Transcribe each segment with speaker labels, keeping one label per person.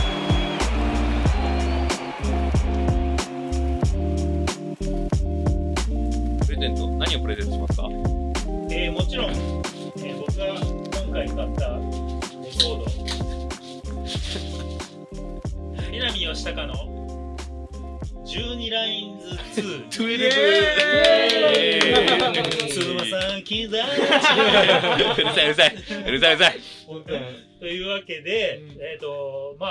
Speaker 1: Hey.
Speaker 2: プレゼント何をプレゼントしますか
Speaker 3: えーもちろん、えー僕が今回買ったレコード南吉高の12ラインズ2
Speaker 4: トゥエ
Speaker 2: エーイ
Speaker 3: つま先だ
Speaker 2: うるさいうるさいう るさいうるさい
Speaker 3: 本当にというわけで、
Speaker 4: うん
Speaker 3: えっ、とま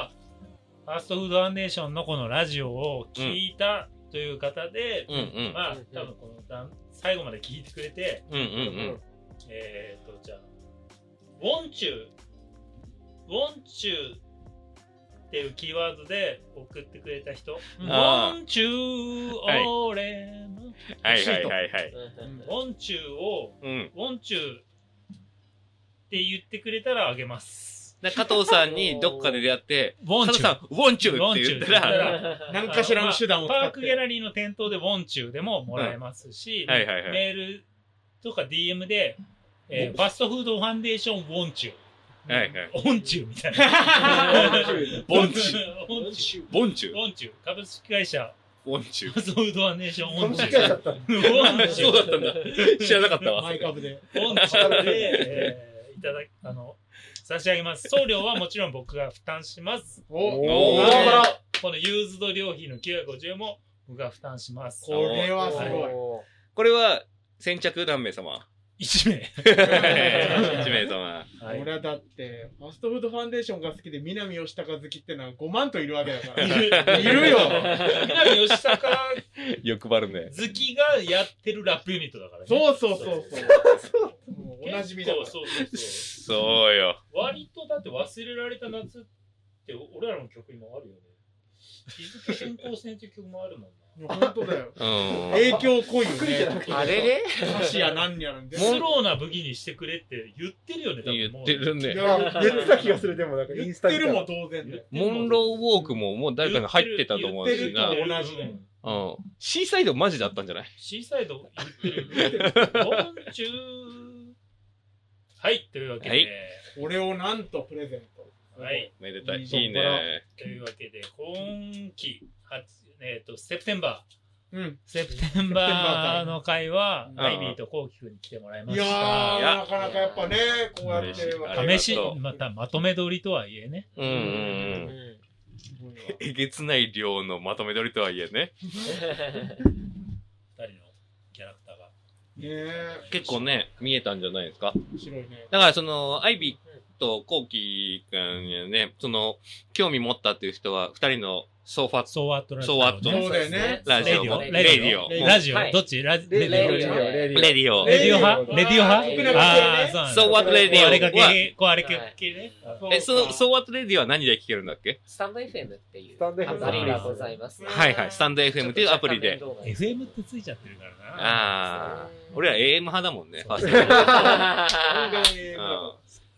Speaker 3: あファーストフードファンデーションのこのラジオを聞いたという方で、
Speaker 2: うんうん
Speaker 3: まあ
Speaker 4: うん
Speaker 3: 多分この段最後まで聞いてくれて
Speaker 2: うん
Speaker 4: うん
Speaker 3: えっ、とじゃあウォンチューウォンチューっていうキーワードで送ってくれた人ウ
Speaker 2: あー
Speaker 3: ォンチュー
Speaker 2: はい
Speaker 3: 俺の、
Speaker 2: はいはいはいはい
Speaker 3: ウォンチューを
Speaker 2: うん
Speaker 3: ウォンチューって言ってくれたらあげます
Speaker 2: で加藤さんにどっかで出会って
Speaker 3: ウォ
Speaker 2: 加藤さんウォンチューって言った
Speaker 3: ウォンチューって言ったら
Speaker 2: ら
Speaker 4: 何かしらの手段を使
Speaker 3: あのまあ
Speaker 4: っ
Speaker 3: パークギャ
Speaker 4: て。
Speaker 3: ラリーの店頭でウォンチューでももらえますし、
Speaker 2: うんはいはいはい
Speaker 3: メールとか DM で、えーファストフードファンデーションウォンチュー
Speaker 2: はいはい
Speaker 3: ウォンチューみたいな
Speaker 2: ボンチュー
Speaker 3: ウォンチュー
Speaker 2: ボンチュ
Speaker 3: ウ
Speaker 2: ー
Speaker 3: ォンチュー株式会社
Speaker 2: ボンチュー
Speaker 3: ファストフードファンデーションウォン
Speaker 4: 株
Speaker 3: チュ
Speaker 4: 式
Speaker 3: ー
Speaker 4: 会社だったの
Speaker 3: ウォンチ
Speaker 2: そう
Speaker 3: ュー
Speaker 2: だったんだ知らなかったわ
Speaker 4: マイ株で。
Speaker 3: ウォンチューで、えーいただきあの差し上げます送料はもちろん僕が負担します
Speaker 4: お
Speaker 2: おー
Speaker 4: 頑張ろう
Speaker 3: このユーズド料費の950円も僕が負担します
Speaker 4: これはすご い。
Speaker 2: これは先着何名様
Speaker 3: 1名
Speaker 2: 1名様
Speaker 3: はい
Speaker 4: 俺はだって、ファストフードファンデーションが好きで、南吉高好きってのは5万といるわけだから。いるよ。
Speaker 3: 南吉坂
Speaker 2: 欲張るね
Speaker 3: 好きがやってるラップユニットだからね。
Speaker 4: そうそうそうそう。もうおなじみだから。
Speaker 3: 結構そうそうそう。
Speaker 2: そうよ
Speaker 3: 割とだって忘れられた夏って俺らの曲にもあるよね。日付変更線っていう曲もあるもん
Speaker 4: いや本当だよ。
Speaker 2: うん
Speaker 4: 影響濃いよね。
Speaker 5: あれれ
Speaker 4: 歌詞や何やらみた
Speaker 3: な。
Speaker 4: いな
Speaker 3: スローな武器にしてくれって言ってるよね、多分
Speaker 2: 言
Speaker 3: も
Speaker 2: っ
Speaker 3: う。
Speaker 2: てるね
Speaker 4: いや
Speaker 5: 言ってた気がする、でもなんかイ
Speaker 4: 言
Speaker 5: ン
Speaker 4: っ
Speaker 5: スタ
Speaker 4: て
Speaker 5: 見たら
Speaker 4: るも当然だよ。
Speaker 2: モンローウォークももう誰かが入ってたと思うしな。うん
Speaker 4: 言ってる同じだよ
Speaker 2: シーサイドマジだったんじゃない
Speaker 3: シーサイド言ってるよ。ボンチューはい、というわけで。
Speaker 2: はい
Speaker 4: 俺をなんとプレゼント。
Speaker 3: はい
Speaker 2: めでたい。
Speaker 4: いい
Speaker 2: い
Speaker 4: ぞ
Speaker 2: いね。
Speaker 3: というわけで、今期、初えっ、と、セプテンバー。
Speaker 4: うん。
Speaker 3: セプテンバーの会は、
Speaker 4: うん
Speaker 3: アイビーとコウキ君に来てもらいま
Speaker 4: い
Speaker 3: し
Speaker 4: や
Speaker 3: た。
Speaker 4: ー、なかなかやっぱね、こうやって分かれ
Speaker 3: 試
Speaker 4: て。
Speaker 3: し、またまとめ撮りとはいえね。
Speaker 2: うんうんうん。えげつない量のまとめ取りとはいえね。
Speaker 3: 二人のキャラクターが。
Speaker 4: ねえ、
Speaker 2: 結構ね、見えたんじゃないですか。
Speaker 4: 面白いね。
Speaker 2: だからその、アイビーとコウキ君にはね、その、興味持ったっていう人は、二人のソファ
Speaker 3: ソワットラジオ。
Speaker 2: ソワット
Speaker 4: そうだよね。
Speaker 2: ラジオも、
Speaker 5: レ
Speaker 2: レ
Speaker 5: ディオ
Speaker 2: ディオも、
Speaker 4: レディオ
Speaker 3: ラジオ
Speaker 5: はい
Speaker 3: どっちラジレ
Speaker 5: レ
Speaker 3: ディオ
Speaker 5: レディオレディオ
Speaker 2: レディオ。
Speaker 3: レディオ
Speaker 4: レディ
Speaker 3: 派レ
Speaker 4: オ
Speaker 3: ディオ派
Speaker 5: レディオ
Speaker 3: ああ、そうなんだ。
Speaker 2: ソワットレディオ
Speaker 3: あれか
Speaker 2: は、
Speaker 3: け、こうあれかけね。
Speaker 2: え、その、ソワットレディオは何で聞けるんだっけ
Speaker 5: スタンド FM っていう
Speaker 4: スタンド FM
Speaker 5: アプリがございます。
Speaker 2: はいはい、スタンド FM っていうアプリで。。
Speaker 3: FM ってついちゃってるからな。
Speaker 2: ああ、俺ら AM 派だもんね。ファースト
Speaker 4: 本当に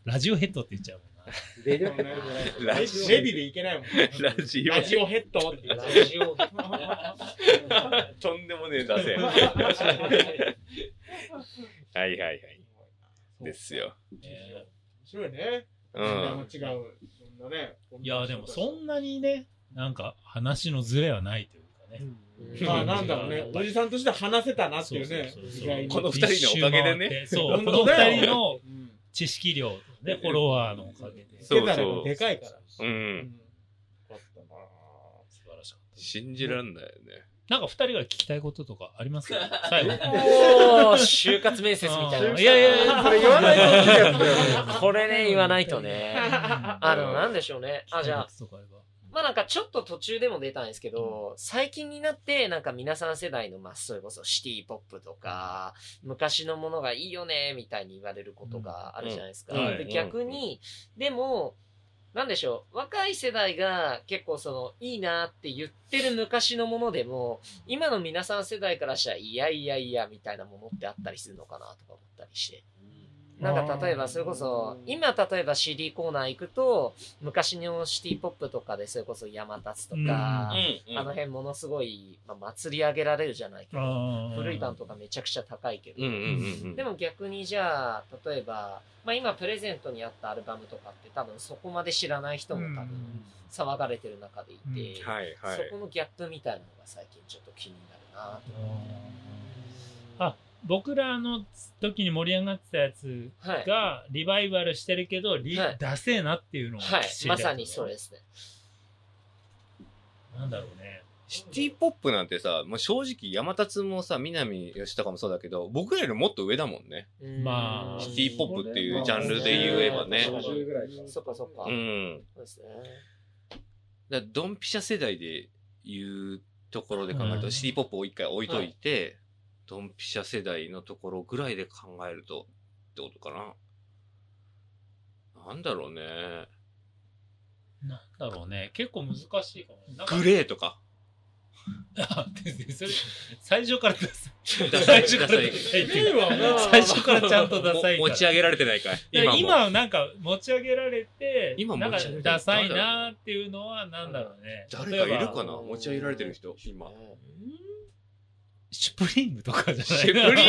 Speaker 3: ラジオヘッドって言っちゃうもんな。
Speaker 5: レディオ
Speaker 4: レ
Speaker 2: ラジ
Speaker 4: ディでいけないもん。
Speaker 2: オ。ラジ
Speaker 4: ラジオヘッドって言う
Speaker 5: ラジオ。
Speaker 2: オ。とんでもねえ出せ。 はいはいはい。です。よ。
Speaker 3: え
Speaker 4: 面白いね。
Speaker 2: う
Speaker 4: 時代も
Speaker 2: ん。
Speaker 4: 違う。そんなね。
Speaker 3: ーいや、でもそんなにね、なんか話のズレはないというかね。
Speaker 4: まあなんだろうね。おじさんとして話せたなっていうね
Speaker 3: そうそう。そう
Speaker 4: 意外に
Speaker 2: この二人のおかげでね
Speaker 3: 一周回ってそう、
Speaker 4: 本
Speaker 3: この
Speaker 4: 当だよ
Speaker 3: 二人の
Speaker 4: うん
Speaker 3: 知識量、ね、フォロワーのおかげで。
Speaker 2: そう
Speaker 4: 受け皿がでかいから。
Speaker 2: う。
Speaker 4: うんんよかったな
Speaker 3: 素晴らしかった。
Speaker 2: 信じらんないよね。
Speaker 3: なんか二人が聞きたいこととかありますか最後。
Speaker 5: おー、就活面接みたいな。
Speaker 3: いやいやいや
Speaker 5: これ
Speaker 4: 言わないとってやつ
Speaker 5: これね、言わないとね。 あ、でもなんでしょうね。あ、じゃあ、
Speaker 3: とかあれば
Speaker 5: まあなんかちょっと途中でも出たんですけど、最近になってなんか皆さん世代の、まあそれこそシティポップとか、昔のものがいいよね、みたいに言われることがあるじゃないですか。
Speaker 2: うんはい
Speaker 5: で逆に、でも、なんでしょう、若い世代が結構その、いいなって言ってる昔のものでも、今の皆さん世代からしたら、いやいやいや、みたいなものってあったりするのかなとか思ったりして。なんか例えば、それこそ、今例えば CD コーナー行くと、昔のシティポップとかで、それこそ山立つとか、
Speaker 2: うん、うん。
Speaker 5: あの辺ものすごい、まあ、祭り上げられるじゃないけど、古い
Speaker 3: 版
Speaker 5: 版とかめちゃくちゃ高いけ
Speaker 2: う
Speaker 5: ど、
Speaker 2: ん、うん、うん。
Speaker 5: でも逆にじゃあ、例えば、まあ今プレゼントにあったアルバムとかって多分そこまで知らない人も多分騒がれてる中でいて、
Speaker 2: はい、は
Speaker 5: そ
Speaker 2: い
Speaker 5: こ。のギャップみたいなのが最近ちょっと気になるな
Speaker 3: あ僕らの時に盛り上がってたやつ
Speaker 5: と。はい。
Speaker 3: がリバイバルしてるけど、リ
Speaker 5: はい
Speaker 3: ダセーなっていうのを
Speaker 5: はい
Speaker 3: 知。り
Speaker 5: ま
Speaker 3: た
Speaker 5: さにそれですね。
Speaker 3: なんだろうね
Speaker 2: シティポップなんてさ、もう正直山立もさ、南吉高もそうだけど、僕らよりもっと上だもんね。
Speaker 5: うん
Speaker 3: まあ
Speaker 2: シティポップっていうジャンルで言えばね
Speaker 5: そうそう
Speaker 4: 50ぐらいか
Speaker 5: そっかそっか。
Speaker 2: う
Speaker 5: そ
Speaker 2: ん。
Speaker 5: うですね。
Speaker 2: だからドンピシャ世代で言うところで考える
Speaker 3: う
Speaker 2: と、
Speaker 3: ん
Speaker 2: シティポップを一回置いといて、ドンピシャ世代のところぐらいで考えると、ってことかな。なんだろうね。
Speaker 3: なんだろうね結構難しいかもなん か
Speaker 2: グレーとか。
Speaker 3: あでそれ最初からダサい
Speaker 2: ダサ
Speaker 3: 最
Speaker 2: い
Speaker 3: 初
Speaker 2: ダ
Speaker 3: か
Speaker 2: サ
Speaker 3: ら
Speaker 2: い
Speaker 3: ダサいって
Speaker 4: ね
Speaker 3: い
Speaker 4: え
Speaker 3: う
Speaker 4: わな
Speaker 3: 最初からちゃんとダサい
Speaker 2: も
Speaker 3: か
Speaker 2: 持ち
Speaker 3: ら
Speaker 2: 上げられてないかい。
Speaker 3: 今
Speaker 2: 今も。
Speaker 3: 今なんか持ち上げられて
Speaker 2: 今
Speaker 3: なんか
Speaker 2: 持ち上げられて
Speaker 3: ダサいなーっていうのはなんだろうね
Speaker 2: 誰かいる
Speaker 3: 例えば
Speaker 2: かな持ち上げられてる人、今。
Speaker 3: シュプリームとかじ ゃない
Speaker 2: シュプリームか。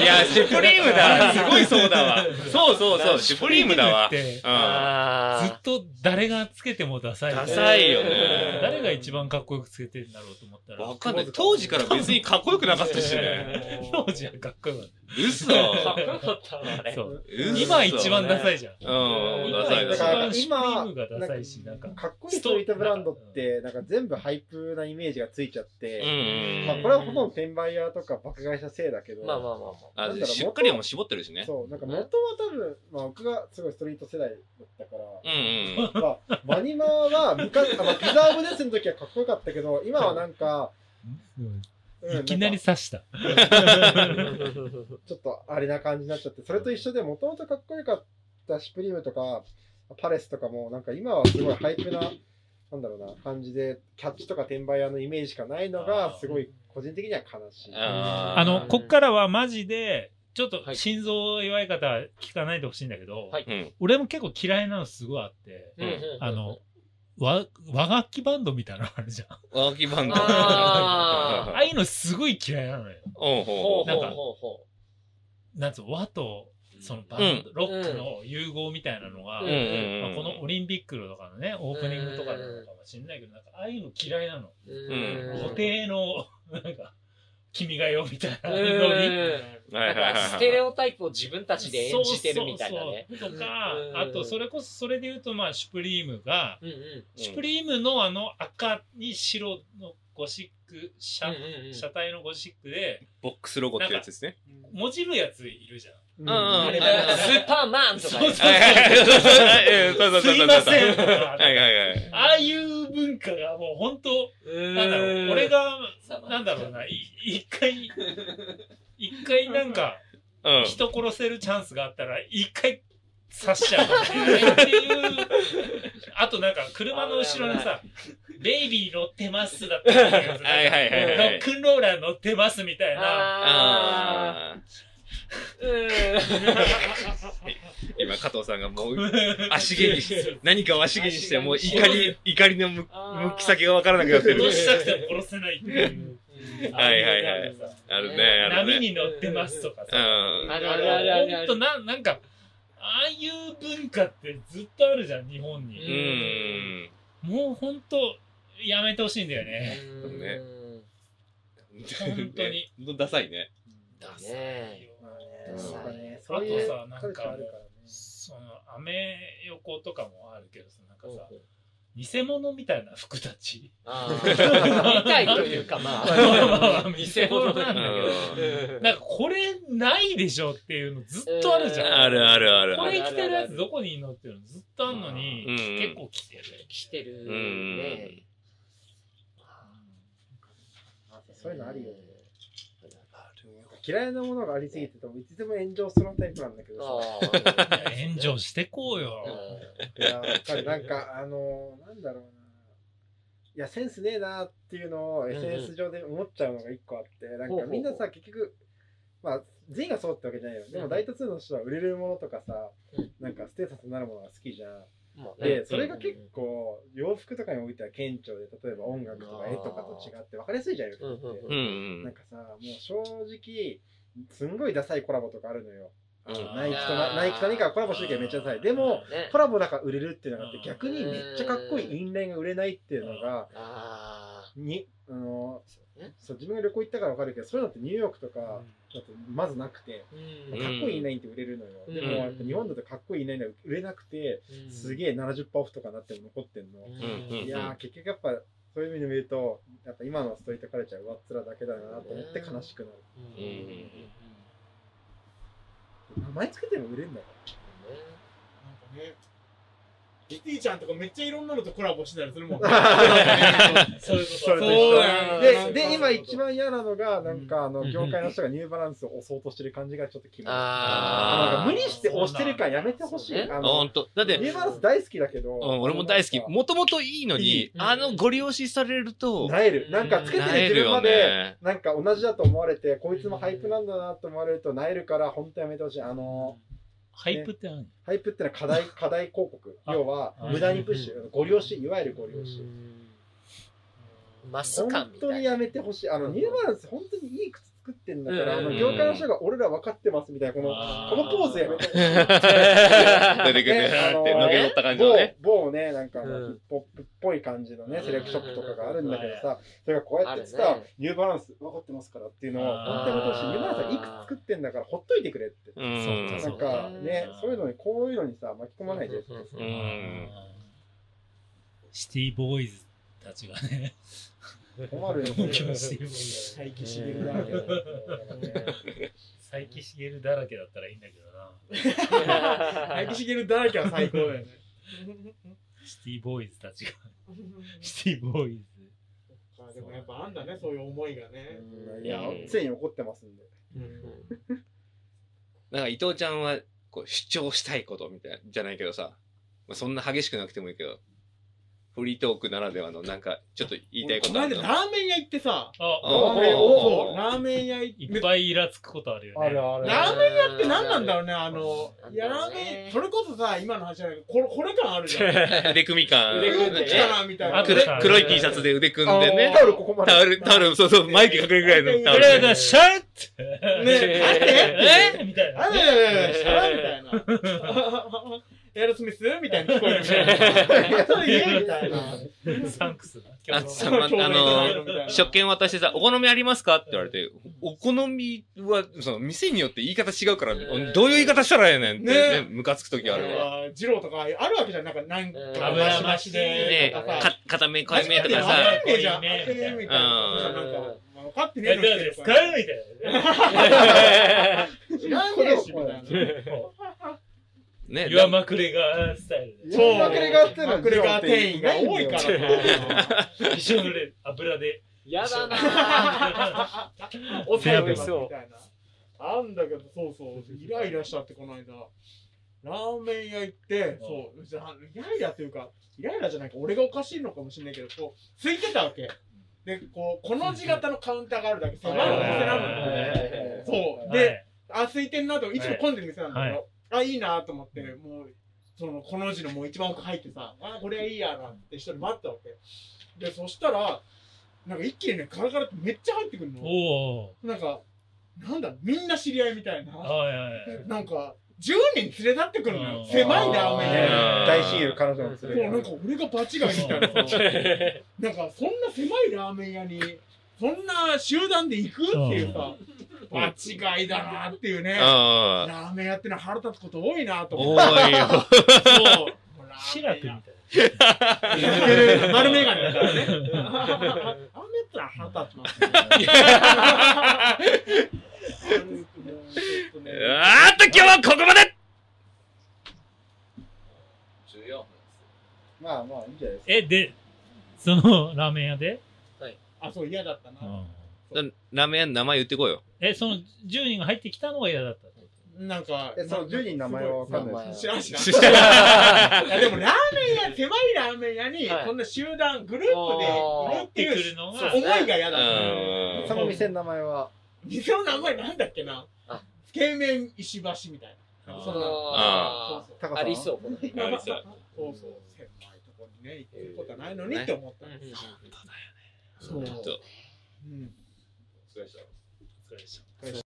Speaker 2: いや、シュプリームだ。すごいそうだわ。そうそうそう、シュプリームだわ。
Speaker 3: って
Speaker 2: う
Speaker 3: ず
Speaker 5: あ
Speaker 3: っと誰がつけてもダサい
Speaker 2: ん。
Speaker 3: よね
Speaker 2: ダサいよね。
Speaker 3: 誰が一番かっこよくつけてるんだろうと思ったら
Speaker 2: わかんない。当時から別にかっこよくなかったしね。
Speaker 3: 当時はかっこよかっ
Speaker 2: 嘘。
Speaker 5: あ。かっこ よかったな、あ
Speaker 3: た
Speaker 5: れ。
Speaker 3: そう
Speaker 2: 嘘
Speaker 3: 今一番ダサいじゃん
Speaker 2: うん、ダサいダ
Speaker 3: 一
Speaker 6: だか
Speaker 2: サ
Speaker 6: ら
Speaker 2: い。
Speaker 3: 番シュプリームがダサいしなんか
Speaker 6: かっこいいストリートブランドって、なんか全部ハイプなイメージがついちゃっ
Speaker 2: う
Speaker 6: て、
Speaker 2: ん
Speaker 6: まあこれはほとんど転売屋とか爆買いしたせいだけど、
Speaker 5: まあまあまあまあ。
Speaker 2: あの。しっかりも絞ってるしね。
Speaker 6: そう、なんか元は多分、まあ僕がすごいストリート世代だったか
Speaker 2: う
Speaker 6: ら、
Speaker 2: んうん。
Speaker 6: まあマニマは昔、あまあピザオブデスの時はかっこよかったけど、今はなんか、うん
Speaker 3: いきなり
Speaker 6: んか
Speaker 3: 刺した
Speaker 6: ちょっとあれな感じになっちゃって、それと一緒でもともとかっこよかったシュプリームとか、パレスとかも、なんか今はすごいハイプな、なんだろうな、感じで、キャッチとか転売屋のイメージしかないのが、すごい個人的には悲しい。
Speaker 2: あー
Speaker 3: あのこっからはマジでちょっ
Speaker 5: は
Speaker 3: と
Speaker 5: い
Speaker 3: 心臓弱い方は聞かないでほしいんだけど、
Speaker 5: はい
Speaker 2: うん。
Speaker 3: 俺も結構嫌いなのすごいあって、
Speaker 5: うんうんうん
Speaker 3: あの、和和楽器バンドみたいなのあるじゃん。
Speaker 2: ワーキバンド。
Speaker 5: あ
Speaker 3: ああいうのすごい嫌いなのよ。
Speaker 2: おう
Speaker 5: ほ
Speaker 2: ほう
Speaker 5: うほうほうほ
Speaker 3: なんつうの和とそのバンド、ロックの融合みたいなのが、
Speaker 5: う。
Speaker 2: うん
Speaker 3: まあこのオリンピックとかのね、オープニングとかなのかもしれないけど、なんかああいうの嫌いなの。
Speaker 2: うん
Speaker 3: 固定の、なんか、君が代みたいな
Speaker 5: うん
Speaker 3: ノリ。
Speaker 2: うん。は
Speaker 5: な
Speaker 2: は
Speaker 5: い
Speaker 2: い
Speaker 5: んか
Speaker 2: は
Speaker 5: ステレ
Speaker 2: い。
Speaker 5: オタイプを自分たちで演じてるみたいなね。
Speaker 3: そうそうそうとか
Speaker 5: う、ん
Speaker 3: あとそれこそそれで言うと、まあ、シュプリームが、
Speaker 5: うんうん
Speaker 2: うん
Speaker 3: シュプリームのあの赤に白のゴシック、車,、
Speaker 5: うんうん
Speaker 3: 車体のゴシックで、
Speaker 2: ボックスロゴってやつですね。
Speaker 3: もじるやついるじゃん。
Speaker 2: う
Speaker 6: う
Speaker 2: んうん
Speaker 5: あ
Speaker 2: あ
Speaker 5: れ
Speaker 2: れ
Speaker 5: ス
Speaker 2: だ
Speaker 5: ーパーマンとかね
Speaker 3: そうそう
Speaker 2: はいはいはい。
Speaker 3: すいませんとか。
Speaker 2: はいはいはい。
Speaker 3: ああいう文化がもう本当、
Speaker 5: うん
Speaker 3: なんだろう、俺が、
Speaker 5: そう
Speaker 3: なんだろうな、い一回、一回なんか、
Speaker 2: うん。
Speaker 3: 人殺せるチャンスがあったら、一回刺しちゃうかもしれないって いう。あとなんか、車の後ろにさ、ベイビー乗ってますだったりとかさ
Speaker 2: はいはいはいは
Speaker 3: ロ
Speaker 2: い
Speaker 3: ッ。クンローラー乗ってますみたいな。
Speaker 5: あ
Speaker 2: あ
Speaker 5: ーうん
Speaker 2: ー今、加藤さんがもう、足蹴にし、何かを足蹴にして、もう怒り、怒りの向向き先がわからなくなって
Speaker 3: ど
Speaker 2: る
Speaker 3: う。したくても殺せないっていう。
Speaker 2: はいはいはい
Speaker 3: ああうなんかさ
Speaker 2: あるね、あ
Speaker 3: 波
Speaker 2: るね。
Speaker 3: に乗ってますとか
Speaker 2: う
Speaker 3: さ。
Speaker 5: あ
Speaker 2: ん。
Speaker 5: るあるあるある
Speaker 3: ほんとな、なんか、ああいう文化ってずっとあるじゃん、日本
Speaker 2: う
Speaker 3: に。
Speaker 2: ん。
Speaker 3: もうほんと、やめてほしいんだよね。
Speaker 5: うん
Speaker 2: ね
Speaker 3: 本当に。
Speaker 2: ほんとダサいね。
Speaker 5: だね
Speaker 6: ま
Speaker 5: ダサい
Speaker 6: あね
Speaker 3: あと
Speaker 6: そういう
Speaker 3: さ、なん
Speaker 6: カルチャーあ
Speaker 3: か
Speaker 6: る、からね。
Speaker 3: その、アメ横とかもあるけどさ、なんかさ
Speaker 5: う、ん
Speaker 3: 偽物みたいな服たち。
Speaker 5: あー見たいというかまあ
Speaker 3: 偽物なんだ
Speaker 2: う
Speaker 3: けど。なんかこれないでしょっていうのずっとあるじゃん。
Speaker 2: あるあるある
Speaker 3: こ
Speaker 2: ある。
Speaker 3: れ着てるやつどこにいるのっていうのずっとあるのに、
Speaker 2: うん
Speaker 3: 結構着てる。
Speaker 5: 来てる
Speaker 2: う
Speaker 5: ね
Speaker 2: ん。
Speaker 6: そういうのあるよね。
Speaker 5: あるよ
Speaker 6: 嫌いなものがありすぎててもいつでも炎上するタイプなんだけどさ
Speaker 5: あー
Speaker 3: 炎上してこうよ。
Speaker 6: いややっぱりなんかあのーなんだろうないやセンスねえなっていうのを
Speaker 5: んうん
Speaker 6: SNS 上で思っちゃうのが一個あってなん
Speaker 5: ほうほ
Speaker 6: か
Speaker 5: うほう
Speaker 6: みんなさ結局まあ全員がそうってわけじゃないよで
Speaker 5: うんう
Speaker 6: も
Speaker 5: ん
Speaker 6: 大多数の人は売れるものとかさ
Speaker 5: うん
Speaker 6: なんかステータスになるものが好きじゃん
Speaker 5: うんまあね
Speaker 6: でそれが結構洋服とかにおいては顕著で例えば音楽とか絵とかと違って分かりやすいじゃん洋服って
Speaker 5: う
Speaker 2: う
Speaker 5: んうん
Speaker 2: んう
Speaker 6: な
Speaker 2: ん。
Speaker 6: んかさ、もう正直、すんごいダサいコラボとかあるのよ。あの
Speaker 3: あー
Speaker 6: ナイキとなナイキと何かコラボしてるけどめっちゃダサい。でも、
Speaker 5: ね
Speaker 6: コラボだから売れるっていうのがあって
Speaker 3: う、ん
Speaker 6: 逆にめっちゃかっこいいインラインが売れないっていうのが、
Speaker 5: あ
Speaker 6: に、あの、
Speaker 5: ーね
Speaker 6: そう、自分が旅行行ったからわかるけど、そういうのってニューヨークとか、だとまずなくて、
Speaker 5: うん
Speaker 6: かっこいいインラインって売れるのよ。
Speaker 5: うん
Speaker 6: でも、やっぱ日本だとかっこいいインラインが売れなくて、すげえ70%オフとかになっても残ってんの。
Speaker 5: うん
Speaker 2: うん
Speaker 6: いやー結局やっぱそういう意味で見るとやっぱ今のストリートカルチャー上っ面だけだなと思って悲しくなる、
Speaker 5: うん
Speaker 2: うんうん
Speaker 6: 名前つけても売れんだか
Speaker 4: なんかね、キティちゃんとかめっちゃいろんなのとコラボしてたりするもんね。
Speaker 3: そういうこと
Speaker 6: そ
Speaker 3: だ
Speaker 6: れ
Speaker 5: そう
Speaker 6: と一
Speaker 5: や
Speaker 6: 緒
Speaker 5: ん
Speaker 6: でで今一番嫌なのがなんかあの
Speaker 2: うん
Speaker 6: 業界の人がニューバランスを押そうとしてる感じがちょっと気持ち
Speaker 5: あー
Speaker 6: 無理して押してるからやめてほし
Speaker 5: そう
Speaker 6: い
Speaker 5: ね
Speaker 6: あ
Speaker 2: あ
Speaker 6: の
Speaker 2: ほんと。だっ
Speaker 6: ニ
Speaker 2: て、
Speaker 6: ューバランス大好きだけど、
Speaker 2: うん、俺も大好き。もともといいの
Speaker 6: い
Speaker 2: に
Speaker 6: い、
Speaker 5: うん
Speaker 2: あの、ご利用しされると、
Speaker 6: なえるなんかつけて
Speaker 2: な
Speaker 6: る
Speaker 2: え
Speaker 6: 自
Speaker 2: る
Speaker 6: 分ま
Speaker 2: よ
Speaker 6: で
Speaker 2: ね。
Speaker 6: なんか同じだと思われてこいつもハイプなんだなと思われるとなえるから本当やめてほしいあの
Speaker 3: ハイプって何
Speaker 6: ハイプってのは課題課題広告
Speaker 3: あ
Speaker 6: 要は
Speaker 3: うん
Speaker 6: 無駄にプッシュご利用しいわゆるご利用し
Speaker 5: マス感
Speaker 6: 本
Speaker 5: みた
Speaker 6: 当
Speaker 5: い
Speaker 6: に
Speaker 5: な。
Speaker 6: やめてほしい。あの、ニューバランス、本当にいい靴作ってんだから、あ
Speaker 5: うん
Speaker 6: の、業界の人が俺ら分かってますみたいな、この、
Speaker 3: あ
Speaker 6: このポーズやめてほ しい。
Speaker 2: 出てくる
Speaker 6: ねあの
Speaker 2: って、のけぞった感じのね。
Speaker 6: 某某ね、なんかあ
Speaker 5: う
Speaker 6: の
Speaker 5: ん
Speaker 6: ヒップホップっぽい感じのね、セレクトショップとかがあるんだけどさ、それがこうやって
Speaker 5: あ
Speaker 6: さ
Speaker 5: るね、
Speaker 6: ニューバランス分かってますからっていうのを、本当にやめてほし
Speaker 5: あー
Speaker 6: い。ニューバランスはいい靴作ってんだから、ほっといてくれって。
Speaker 2: う
Speaker 3: そ
Speaker 2: ん
Speaker 3: う
Speaker 6: な
Speaker 3: そ
Speaker 6: ん
Speaker 3: う
Speaker 6: かね
Speaker 3: う、ん
Speaker 6: そういうのに、こういうのにさ、巻き込まないで。
Speaker 2: う
Speaker 3: うん
Speaker 2: ん。
Speaker 3: シティボーイズたちがね、
Speaker 6: 困るよね。
Speaker 3: 東京シティボーイズ。
Speaker 6: 最近しびれだらけだよね
Speaker 3: 佐伯しげるだらけだったらいいんだけどな。
Speaker 4: 大木しげるだらけは最高だよね。
Speaker 3: シティボーイズたちが。シティボーイズ。
Speaker 4: あでもやっぱあんだね、そういう思いがね。
Speaker 6: いや、ついに怒ってますんで。
Speaker 2: なんか伊藤ちゃんは、こう、主張したいことみたいな、じゃないけどさ、まあ、そんな激しくなくてもいいけど、フリートークならではの、なんか、ちょっと言いたいことあ
Speaker 4: なん
Speaker 2: る
Speaker 4: で
Speaker 2: の
Speaker 4: ラーメン屋行ってさ、
Speaker 3: あ、
Speaker 6: ラーメン
Speaker 2: お
Speaker 4: そうラーメン屋行
Speaker 3: い
Speaker 4: っ、
Speaker 3: ってぱいイラつくことあるよね。
Speaker 6: あるある。
Speaker 4: ラーメン屋って何なんだろ
Speaker 5: う
Speaker 4: うね、あの
Speaker 5: な、ん
Speaker 4: い
Speaker 5: だ
Speaker 4: や、ラ
Speaker 5: ろう
Speaker 4: ー
Speaker 5: ね
Speaker 4: メン、それこそさ、今の話じゃないけど、これ、これ感あるじゃん。よ
Speaker 2: 腕組み感。
Speaker 5: 腕組ん
Speaker 4: く
Speaker 5: で
Speaker 4: 来たな、みたいな。
Speaker 3: あとさ
Speaker 2: 黒い T シャツで腕組んでね
Speaker 6: タ。オルここまで。
Speaker 2: タオル、タオル、そうそう、マイク隠れるぐらいのタオ
Speaker 3: こ
Speaker 2: ル
Speaker 3: れ
Speaker 2: ね。
Speaker 3: がシャッ
Speaker 4: ね、あって
Speaker 3: えみたい
Speaker 4: あ
Speaker 3: な。
Speaker 4: れやいやいや、したらみたいな。エアロスミスみたいな聞こえるみたいな。それ言えみたいな。
Speaker 3: サンクスな。
Speaker 2: あ
Speaker 4: そ
Speaker 2: さ
Speaker 4: う
Speaker 2: まあの、食
Speaker 4: 見。
Speaker 2: 券渡してさ、お好みありますかって言われて、お好みは、その、店によって言い方違うから、
Speaker 5: ん
Speaker 2: どういう言い方したらええねんって、
Speaker 4: ね
Speaker 2: ね、ムカつく時あるわ。
Speaker 4: ジローとかあるわけじゃん。なんか、なんか、
Speaker 3: 油増し
Speaker 2: ね
Speaker 4: で
Speaker 5: で
Speaker 4: と
Speaker 5: うん
Speaker 4: かさ。
Speaker 2: か、片目、濃い目とか
Speaker 4: わ
Speaker 2: さ、
Speaker 4: かんねえじゃん。あれみたいな。なんか、分かってねえ
Speaker 3: え、
Speaker 4: の
Speaker 3: どうですかみた
Speaker 4: 知らねえし、みたいな。
Speaker 3: いな。も
Speaker 2: ね
Speaker 3: う、岩まくれがスタイルで。
Speaker 6: そう。まくれがってのは
Speaker 4: マクレガー店員が多いからさ。
Speaker 3: 一緒のね油で。
Speaker 5: やだな
Speaker 4: お世話みたいな。あんだけど、そうそう、イライラしたってこの間、ラーメン屋行って、そう、じゃあイライラというか、イライラじゃないか、俺がおかしいのかもしれないけど、こう、空いてたわけ。で、こう、この字型のカウンターがあるだけ、狭いお店なのに。そう。で、あ、空いてんなと、いつも混んでる店なんだけど、あ、いいなと思って、もう、その、この字のもう一番奥入ってさ、あ、これはいいやなって一人待ったわけ。で、そしたら、なんか一気にね、カラカラってめっちゃ入ってくるの。
Speaker 3: はい、おお。
Speaker 4: なんか、なんだ、みんな知り合いみたいな。
Speaker 3: はいはいはい。
Speaker 4: なんか、10人連れ立ってくるの
Speaker 3: う
Speaker 4: よ
Speaker 3: ん。
Speaker 4: 狭いラーメン屋
Speaker 2: あ
Speaker 6: 大親友、彼女の
Speaker 4: そう、
Speaker 6: 連
Speaker 4: な
Speaker 6: れ
Speaker 4: んか俺が場違いみたいな。なんか、そんな狭いラーメン屋に、そんな集団で行くっていうさ、場違いだなっていうね。
Speaker 2: ああ。
Speaker 4: ラーメン屋ってのは腹立つこと多いなと思
Speaker 2: 多
Speaker 4: って。
Speaker 2: いよ。
Speaker 4: そう。
Speaker 3: シラクみたいな。
Speaker 4: 丸眼鏡だからね。 ラーメンってのは腹立ちますね。
Speaker 2: あーっと、今日はここまで
Speaker 6: まあまあ、いいんじゃないです
Speaker 3: え、で、そのラーメン屋で
Speaker 4: あ、そう、嫌だったな。
Speaker 2: だラーメン屋の名前言ってこい よ。
Speaker 7: え、その10人が入ってきたのが嫌だったってこ
Speaker 4: なんか、
Speaker 6: え、その10人の名前はわかんない
Speaker 5: 名
Speaker 6: で
Speaker 5: 前
Speaker 6: す。
Speaker 4: 知らん知らん。
Speaker 2: あ
Speaker 4: いやでもラーメン屋、狭いラーメン屋に、
Speaker 5: はい
Speaker 4: こんな集団、グループで
Speaker 5: あー
Speaker 4: 行
Speaker 7: と
Speaker 4: ってい
Speaker 7: 入ってく
Speaker 4: う
Speaker 7: るの
Speaker 4: そう
Speaker 7: が、
Speaker 4: 思いが嫌だ。
Speaker 2: うん
Speaker 6: その店の名前は、
Speaker 4: 店の名前なんだっけな
Speaker 5: あ
Speaker 4: つけ麺石橋みたいな。
Speaker 7: あ
Speaker 4: そんな。
Speaker 5: あ
Speaker 4: そう
Speaker 6: 高さ
Speaker 5: ー
Speaker 6: ん
Speaker 5: ありそう、この辺。
Speaker 2: ありそう
Speaker 4: そうそう。狭いとこにね、行くことはないのにって思った。
Speaker 2: ちょっと
Speaker 4: うん。
Speaker 7: お疲れ様
Speaker 4: そう